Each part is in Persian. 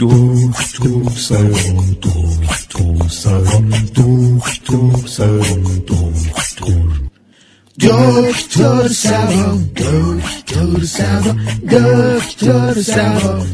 دوست دوستان دوست دوستان دوست دوستان دوست دوستان دکتر سوان دکتر سوان دکتر سوان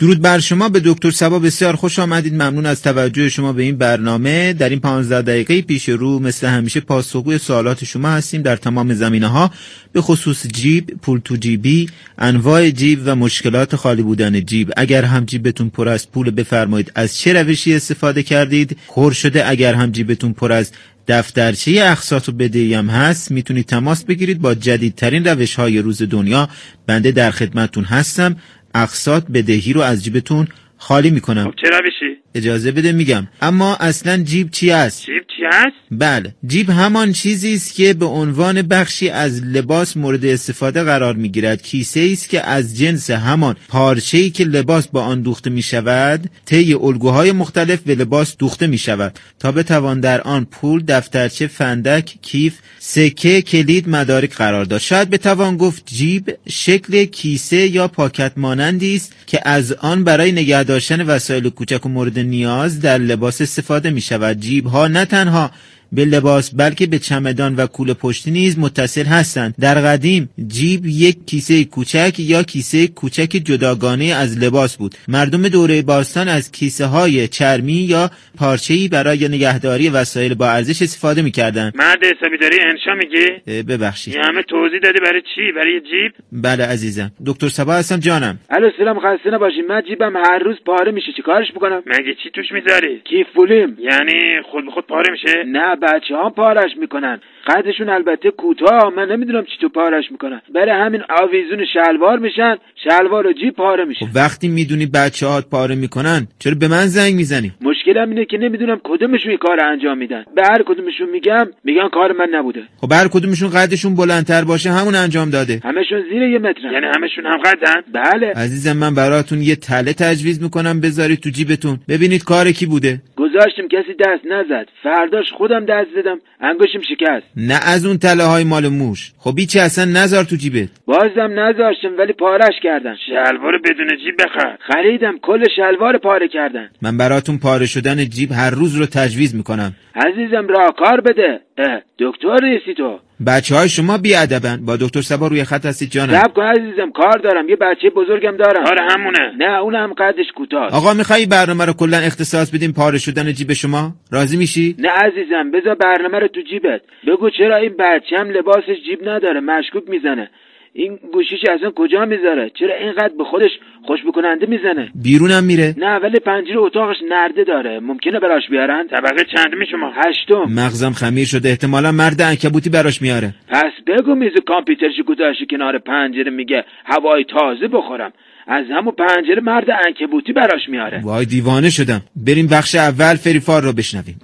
درود بر شما به دکتر سبا بسیار خوش آمدید ممنون از توجه شما به این برنامه در این 15 دقیقه پیش رو مثل همیشه پاسخگوی سوالات شما هستیم در تمام زمینه ها به خصوص جیب پول تو جیبی انواع جیب و مشکلات خالی بودن جیب اگر هم جیبتون پر از پول بفرمایید از چه روشی استفاده کردید خور شده اگر هم جیبتون پر از دفترچه اقساط و بدهی هم هست میتونید تماس بگیرید با جدیدترین روش های روز دنیا بنده در خدمتتون هستم اقساط بدهی رو از جیبتون خالی میکنم خب چه روشی اجازه بده میگم اما اصلا جیب چی است جیب چی هست بله جیب همان چیزی است که به عنوان بخشی از لباس مورد استفاده قرار می گیرد کیسه ای است که از جنس همان پارچه ای که لباس با آن دوخته می شود طی الگوهای مختلف به لباس دوخته می شود تا بتوان در آن پول دفترچه فندک کیف سکه کلید مدارک قرار داد شاید بتوان گفت جیب شکل کیسه یا پاکت مانندی است که از آن برای نگه داشتن وسایل کوچک و مورد نیاز در لباس استفاده می شود جیب ها نه تنها به لباس بلکه به چمدان و کوله پشتی نیز متصل هستند در قدیم جیب یک کیسه کوچک یا کیسه کوچک جداگانه از لباس بود مردم دوره باستان از کیسه های چرمی یا پارچه‌ای برای نگهداری وسایل با ارزش استفاده می‌کردند مرد حسابی داری انشا میگی اه، ببخشید یه همه توضیح دادی برای چی برای یه جیب بله عزیزم دکتر سبا هستم جانم الو سلام خسته نباشی من جیبم هر روز پاره میشه چیکارش بکنم مگه چی توش میذاری کیف پولیم یعنی خود به خود پاره میشه نه بچه ها پارش میکنن قدشون البته کوتاه من نمیدونم چی تو پارش میکنن برای همین آویزون شلوار میشن شلوار و جیب پاره میشه خب وقتی میدونی بچه هات پاره میکنن چرا به من زنگ میزنی خب. مشکلم اینه که نمیدونم کدومشون این کار رو انجام میدن به هر کدومشون میگم میگن کار من نبوده خب هر کدومشون قدشون بلندتر باشه همون انجام داده همشون زیر یه مترن یعنی همشون هم قدن بله عزیزم من براتون یه تله تجویز میکنم بذارید تو جیبتون ببینید کار کی بوده گذاشتم کسی دست نزد فرداش خودم دست زدم انگشتم شکست نه از اون تله های مال موش خب هیچی اصلا نذار تو جیبت بازم نذاشتم ولی پارش کردن شلوار بدون جیب بخر خریدم کل شلوار پاره کردن من براتون پاره شدن جیب هر روز رو تجویز میکنم عزیزم راهکار بده اه، دکتر نیستی تو بچه های شما بیادبن با دکتر سبا روی خط هستید جانم صبر کن عزیزم کار دارم یه بچه بزرگم دارم آره همونه نه اونم قدش کوتاه آقا میخوایی برنامه رو کلا اختصاص بدیم پاره شدن جیب شما راضی میشی نه عزیزم بذار برنامه رو تو جیبت بگو چرا این بچه هم لباسش جیب نداره مشکوک میزنه این گوشیش اصلا کجا میذاره چرا اینقدر به خودش خوش بکننده میزنه بیرونم میره نه ولی پنجره اتاقش نرده داره ممکنه براش بیارن طبقه چند می شما هشتم مغزم خمیر شده احتمالا مرد انکبوتی براش میاره پس بگو میز کامپیوترش گذاشته کنار پنجره میگه هوای تازه بخورم از همون پنجره مرد انکبوتی براش میاره وای دیوانه شدم بریم بخش اول فریفار رو بشنویم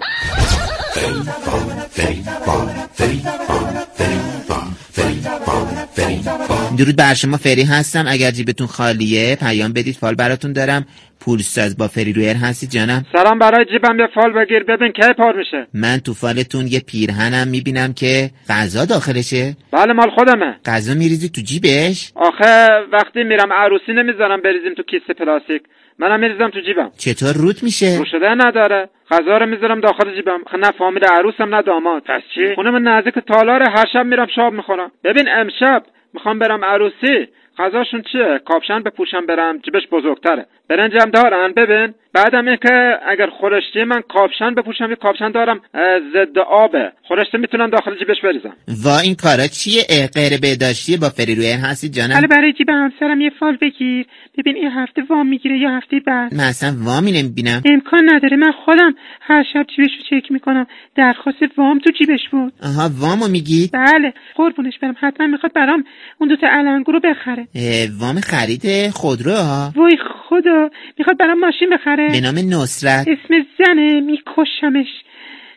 درود بر شما فری هستم اگر جیبتون خالیه پیام بدید فال براتون دارم پولساز با فری رویر هستید جانم سلام برای جیبم یه فال بگیر ببین کی پار میشه من تو فالتون یه پیرهنم میبینم که غذا داخلشه بله مال خودمه غذا میریزی تو جیبش آخه وقتی میرم عروسی نمیذارم بریزیم تو کیسه پلاستیک منم میریزم تو جیبم چطور روت میشه شده نداره غذا رو میذارم داخل جیبم خب نه فامیل عروسم نه داماد پس چی خونه من نزدیک تالاره هر شب میرم شاب میخورم ببین امشب میخوام برم عروسی غذاشون چیه کاپشن بپوشم برم جیبش بزرگتره برنجم دارن ببین بعدم اینکه اگر خورشتی من کاپشن بپوشم یه کاپشن دارم اه، ضد آبه خورشتی میتونم داخل جیبش بریزم وا این کارا چیه اه، غیر بهداشتی با فری رویر هستید جانم حالا برای جیب همسرم یه فال بگیر ببین این هفته وام میگیره یا هفته بعد من اصلا وامی نمیبینم امکان نداره من خودم هر شب جیبش رو چک میکنم درخواست وام تو جیبش بود آها وامو میگید بله قربونش برم حتما میخواد برام اون دوتا علنگو رو بخره اه، وام خرید خودروها وای خدا میخواد برام ماشین به بخره نام نصرت اسم زنه میکشمش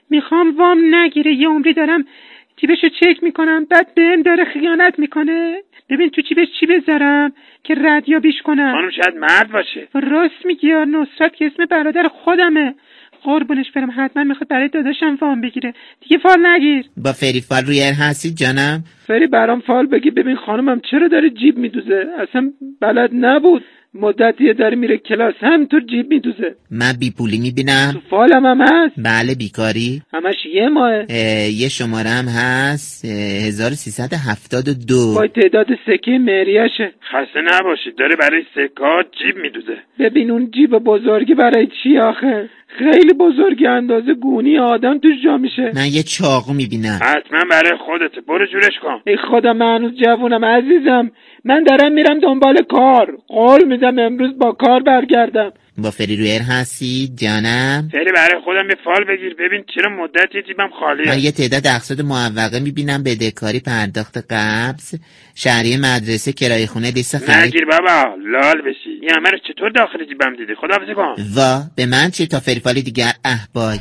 میخوام وام نگیره یه عمری دارم جیبش رو چک میکنم بعد بهم داره خیانت میکنه ببین تو جیبش چی بذارم که ردیابیش کنم خانم شاید مرد باشه راست میگی یا نصرت که اسم برادر خودمه قربونش برم حتما میخواد برای داداشم وام بگیره دیگه فال نگیر با فریفال روی ار هستید جانم فری برام فال بگی ببین خانمم چرا داره جیب میدوزه اصلا بلد نبود مدتیه داره میره کلاس همینطور جیب میدوزه من بی پولی تو میبینم فالم هم هست بله بیکاری همش یه ماه اه، یه شماره هم هست اه، 1372 وای تعداد سکه مهریشه خسته نباشید داره برای سکات جیب میدوزه ببین اون جیب بزرگی برای چی آخه خیلی بزرگی اندازه گونی آدم توش جا میشه من یه چاقو میبینم حتما برای خودت برو جورش کن ای خدا من هنوز جوونم عزیزم من دارم میرم دنبال کار قول میدم امروز با کار برگردم با فریرویر هستی جانم فعلی برای خودم یه فال بگیر ببین چرا مدتی جیبم خالیه من یه تعداد اقساط معوقه میبینم بدهکاری پرداخت قبض شهریه مدرسه کرایه خونه لیست خرید نگیر بابا لال بشی این همه رو چطور داخل جیبم دیدی خداحافظی کن وا به من چه تا فریفال دیگر اه بای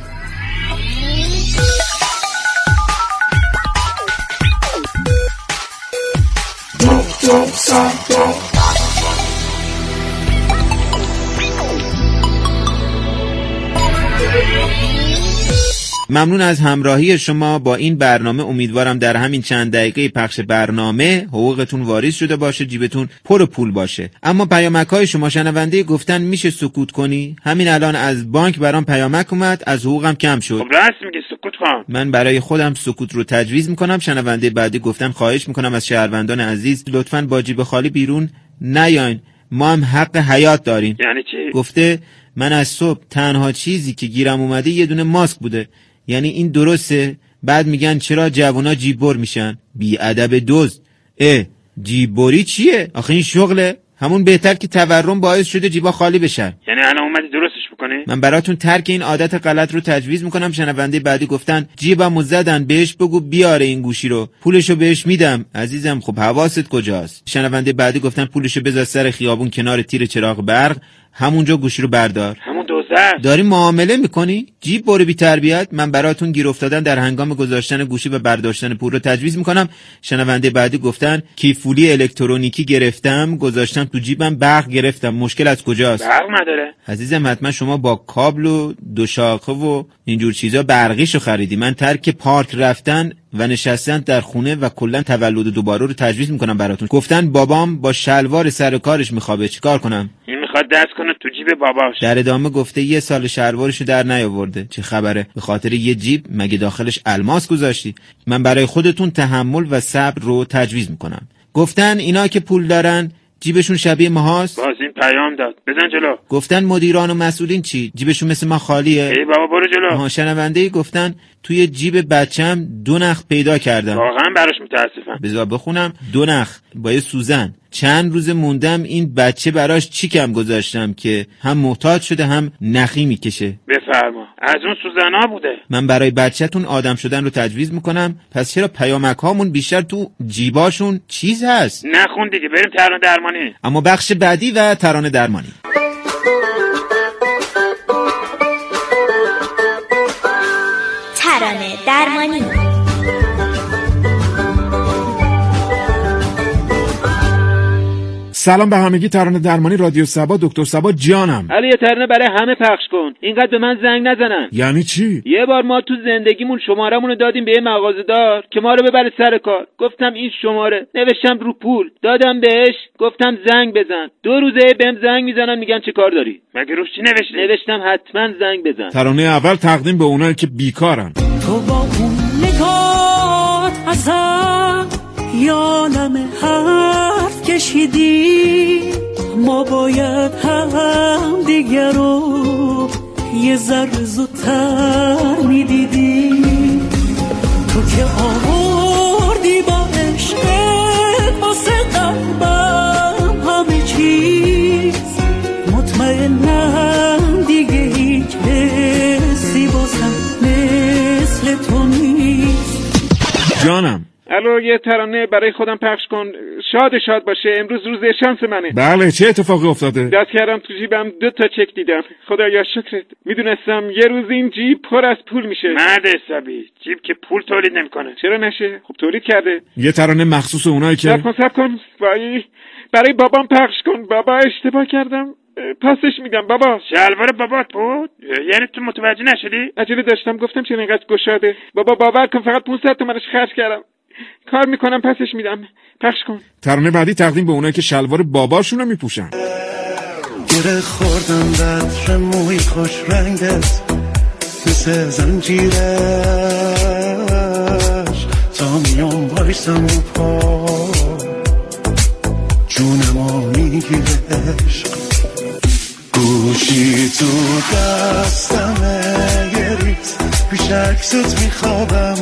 ممنون از همراهی شما با این برنامه امیدوارم در همین چند دقیقه پخش برنامه حقوقتون واریز شده باشه جیبتون پر پول باشه اما پیامک های شما شنونده گفتن میشه سکوت کنی همین الان از بانک برام پیامک اومد از حقوقم کم شد خب راست میگی سکوت کن من برای خودم سکوت رو تجویز میکنم شنونده بعدی گفتن خواهش میکنم از شهروندان عزیز لطفا با جیب خالی بیرون نیاین ما هم حق حیات داریم یعنی چی گفته من از صبح تنها چیزی که گیرم اومده یه دونه ماسک بوده یعنی این درسته بعد میگن چرا جوونا جیببر میشن بی ادب دزد اه جیببری چیه آخه این شغله همون بهتر که تورم باعث شده جیبا خالی بشن یعنی الان اومدی درستش بکنی من براتون ترک این عادت غلط رو تجویز میکنم شنونده بعدی گفتن جیبمو زدن بهش بگو بیاره این گوشی رو پولشو بهش میدم عزیزم خب حواست کجاست شنونده بعدی گفتن پولشو بذار سر خیابون کنار تیر چراغ برق همونجا گوشی رو بردار همون دوزه داری معامله میکنی جیب برو بی تربیت من براتون گیر افتادن در هنگام گذاشتن گوشی و برداشتن پول رو تجویز میکنم شنونده بعدی گفتن کیفولی الکترونیکی گرفتم گذاشتم تو جیبم برق گرفتم مشکل از کجاست برق نداره عزیزم حتما شما با کابل و دوشاخه و اینجور چیزا برقیشو خریدی من ترک پارک رفتن و نشستن در خونه و کلا تولد دوباره رو تجویز میکنم براتون گفتن بابام با شلوار سر کارش میخوابه چیکار کنم این میخواد دست کنه تو جیب باباش در ادامه گفته یه سال شلوارشو در نیاورده چه خبره به خاطر یه جیب مگه داخلش الماس گذاشتی من برای خودتون تحمل و صبر رو تجویز میکنم گفتن اینا که پول دارن جیبشون شبیه ماهاست باز این پیام داد بزن جلو گفتن مدیران و مسئولین چی جیبشون مثل ما خالیه ای بابا برو جلو آها شنونده ای گفتن توی جیب بچم دو نخ پیدا کردم واقعا براش متاسفم بذار بخونم دو نخ با یه سوزن چند روز موندم این بچه براش چیکم گذاشتم که هم محتاج شده هم نخی میکشه بفرما از اون سوزنا بوده من برای بچهتون آدم شدن رو تجویز میکنم پس چرا پیامک هامون بیشتر تو جیباشون چیز هست نخون دیگه بریم ترانه درمانی اما بخش بعدی و ترانه درمانی ترانه درمانی سلام به همگی ترانه درمانی رادیو سبا دکتر سبا جانم علی یه ترنه برای همه پخش کن اینقدر به من زنگ نزنن یعنی چی یه بار ما تو زندگیمون شمارمون رو دادیم به یه مغازه دار که ما رو ببره سر کار گفتم این شماره نوشتم رو پول دادم بهش گفتم زنگ بزن دو روزه بهم زنگ میزنن میگن چه کار داری مگه روش چی نوشتی نوشتم حتما زنگ بزن ترانه اول تقدیم به اونایی که بیکارن تو با اون نگات ازم یادم حرف کشیدی ما باید هم دیگه رو یه ذره زودتر میدیدی تو که آوردی با عشقت واسه قلبم همه چیز مطمئنم دیگه هیچ حسی بازم مثل تو نیست جانم الو یه ترانه برای خودم پخش کن شاد شاد باشه امروز روز شانس منه بله چه اتفاقی افتاده دست کردم تو جیبم دو تا چک دیدم خدایا شکرت میدونستم یه روز این جیب پر از پول میشه مرد حسابی جیب که پول تولید نمیکنه چرا نشه خب تولید کرده یه ترانه مخصوص اونایی سب که کن سب کن وای برای بابام پخش کن بابا اشتباه کردم اه، پسش میدم بابا شلوار بابات بود یعنی تو متوجه نشدی عجله داشتم گفتم چرا اینقدر گشاده بابا باور کن فقط 500 تومنش خرج کردم کار میکنم پسش میدم پخش کن ترانه بعدی تقدیم به اونایی که شلوار باباشون رو میپوشن گره خوردم بطر موی خوش رنگت مثل زنجیرش تا میان بایستم و پا جونمو میگیره عشق گوشی تو دستم گریز پیش عکست میخوابم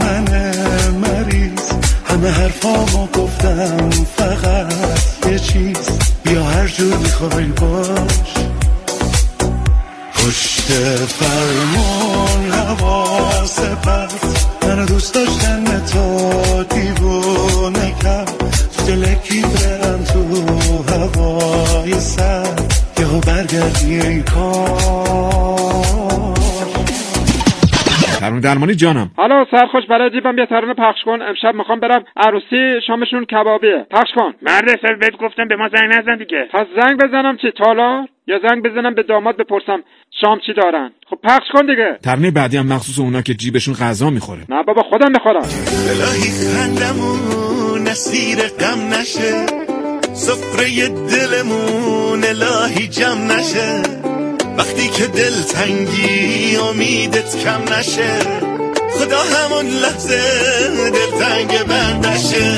من مریض همه حرفامو گفتم فقط یه چیز بیا هر جور میخوای باش پشت فرمون حواس پس من دوست داشتن تا دیوونه کرد تو دل کیبرم تو هوای سر یهو برگردی ای کار فرمون درمانی جانم حالا سرخوش برای جیبم یه ترانه پخش کن امشب میخوام برم عروسی شامشون کبابیه پخش کن مرد سر بهت گفتم به ما زنگ نزن دیگه پس زنگ بزنم چی تالار یا زنگ بزنم به داماد بپرسم شام چی دارن خب پخش کن دیگه ترانه بعدی هم مخصوص اونا که جیبشون غذا میخوره نه بابا خودم میخورم الهی خندمون اسیر غم نشه سفره دلمون الهی جمع نشه وقتی که دل تنگی امیدت کم نشه خدا همون لحظه دل تنگ بند نشه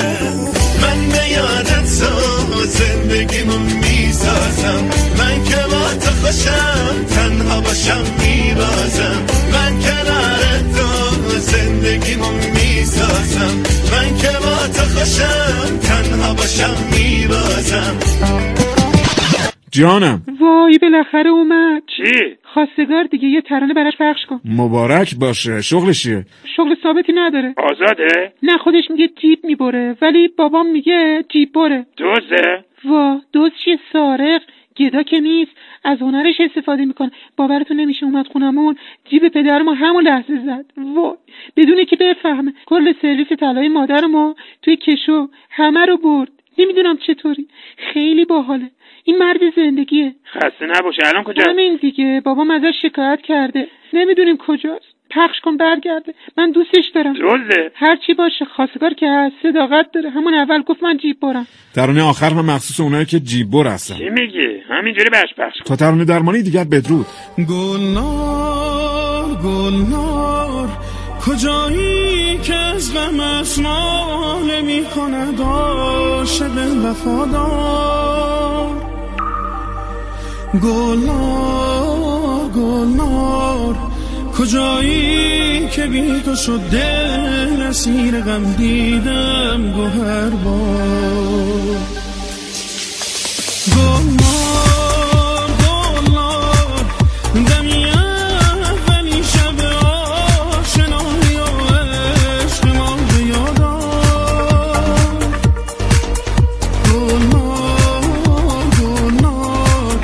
من به یادت تو زندگیمو میسازم من که با تو خوشم تنها باشم میبازم من کنار تو زندگیمو میسازم من که با تو خوشم تنها باشم میبازم جانم وای بالاخره اومد چی؟ خواستگار دیگه یه ترانه براش پخش کن مبارک باشه شغلش چیه شغل ثابتی نداره آزاده؟ نه خودش میگه جیب میبره ولی بابام میگه جیب بره دوزه؟ وا دوز چیه سارق گدا که نیست از هنرش استفاده میکنه باورتون نمیشه اومد خونمون جیب پدرمو همون لحظه زد وای بدون که بفهمه کل سرویس طلای مادرمو توی کشو همه رو برد نمیدونم چطوری خیلی باحاله این مرد زندگیه خسته نباشه الان کجا؟ همین دیگه بابام ازش شکایت کرده نمیدونیم کجاست پخش کن برگرده من دوستش دارم دوزه؟ هرچی باشه خواستگار که هست صداقت داره همون اول گفت من جیب برم ترانه آخر هم مخصوص اونایی که جیبور هستن چی میگی؟ همینجوری بهش پخش کن تا ترانه درمانی دیگر بدرود گلنار گلنار کجایی که از غم اسناله می کند عاشق وفادار گلنار گلنار کجایی که بی تو شد دل اسیر غم دیدم گوهر بار گلنار گلنار دمی اولی شب آشنایی و عشق ما به یاد آر گلنار گلنار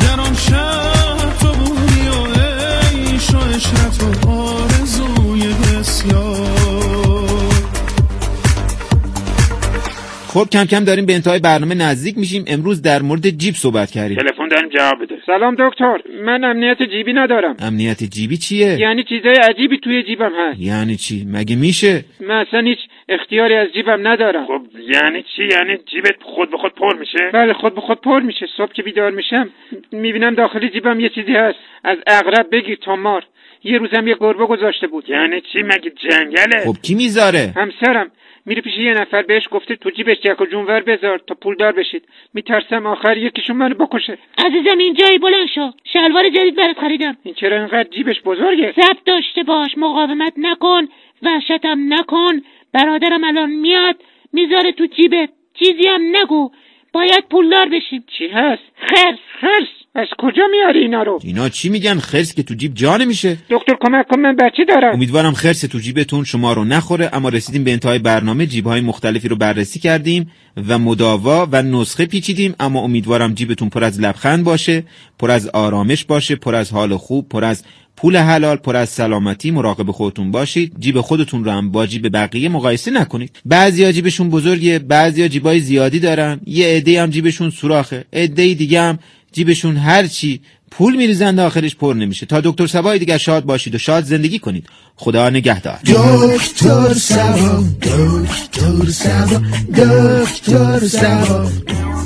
در آن شب تو بودی و عیش و عشرت و آرزوی بسیار خب کم کم داریم به انتهای برنامه نزدیک میشیم امروز در مورد جیب صحبت کردیم تلفن داریم جواب بده سلام دکتر من امنیت جیبی ندارم امنیت جیبی چیه یعنی چیزای عجیبی توی جیبم هست یعنی چی مگه میشه من اصلا هیچ اختیاری از جیبم ندارم خب یعنی چی؟ یعنی جیبت خود به خود پر میشه؟ بله خود به خود پر میشه صبح که بیدار میشم میبینم داخل جیبم یه چیزی هست از اغرب بگیر تا مار یه روزم یه گربه گذاشته بود یعنی چی مگه جنگله؟ خب کی میذاره همسرم میره پیش یه نفر بهش گفته تو جیبش یک و جونور بذار تا پولدار بشید میترسم آخر یکیشون منو بکشه عزیزم اینجایی بلند شو شلوار جدید برات خریدم این چرا اینقدر جیبش بزرگه ثبت داشته باش مقاومت نکن وحشتم نکن برادرم الان میاد میذاره تو جیبت چیزی هم نگو باید پولدار بشیم چی هست خرس خرس از کجا میاری اینا رو اینا چی میگن خرس که تو جیب جا نمیشه دکتر کمک کن من بچه آره. دارم امیدوارم خرس تو جیبتون شما رو نخوره اما رسیدیم به انتهای برنامه جیبهای مختلفی رو بررسی کردیم و مداوا و نسخه پیچیدیم اما امیدوارم جیبتون پر از لبخند باشه پر از آرامش باشه پر از حال خوب پر از پول حلال پر از سلامتی مراقب خودتون باشید جیب خودتون رو هم با جیب بقیه مقایسه نکنید بعضیا جیبشون بزرگه بعضیا جیبای زیادی دارن یه عده هم جیبشون سوراخه عده دیگه هم جیبشون هر چی پول میریزن آخرش پر نمیشه تا دکتر سبای دیگه شاد باشید و شاد زندگی کنید خدا نگهدار دکتر سبا دکتر سبا دکتر سبا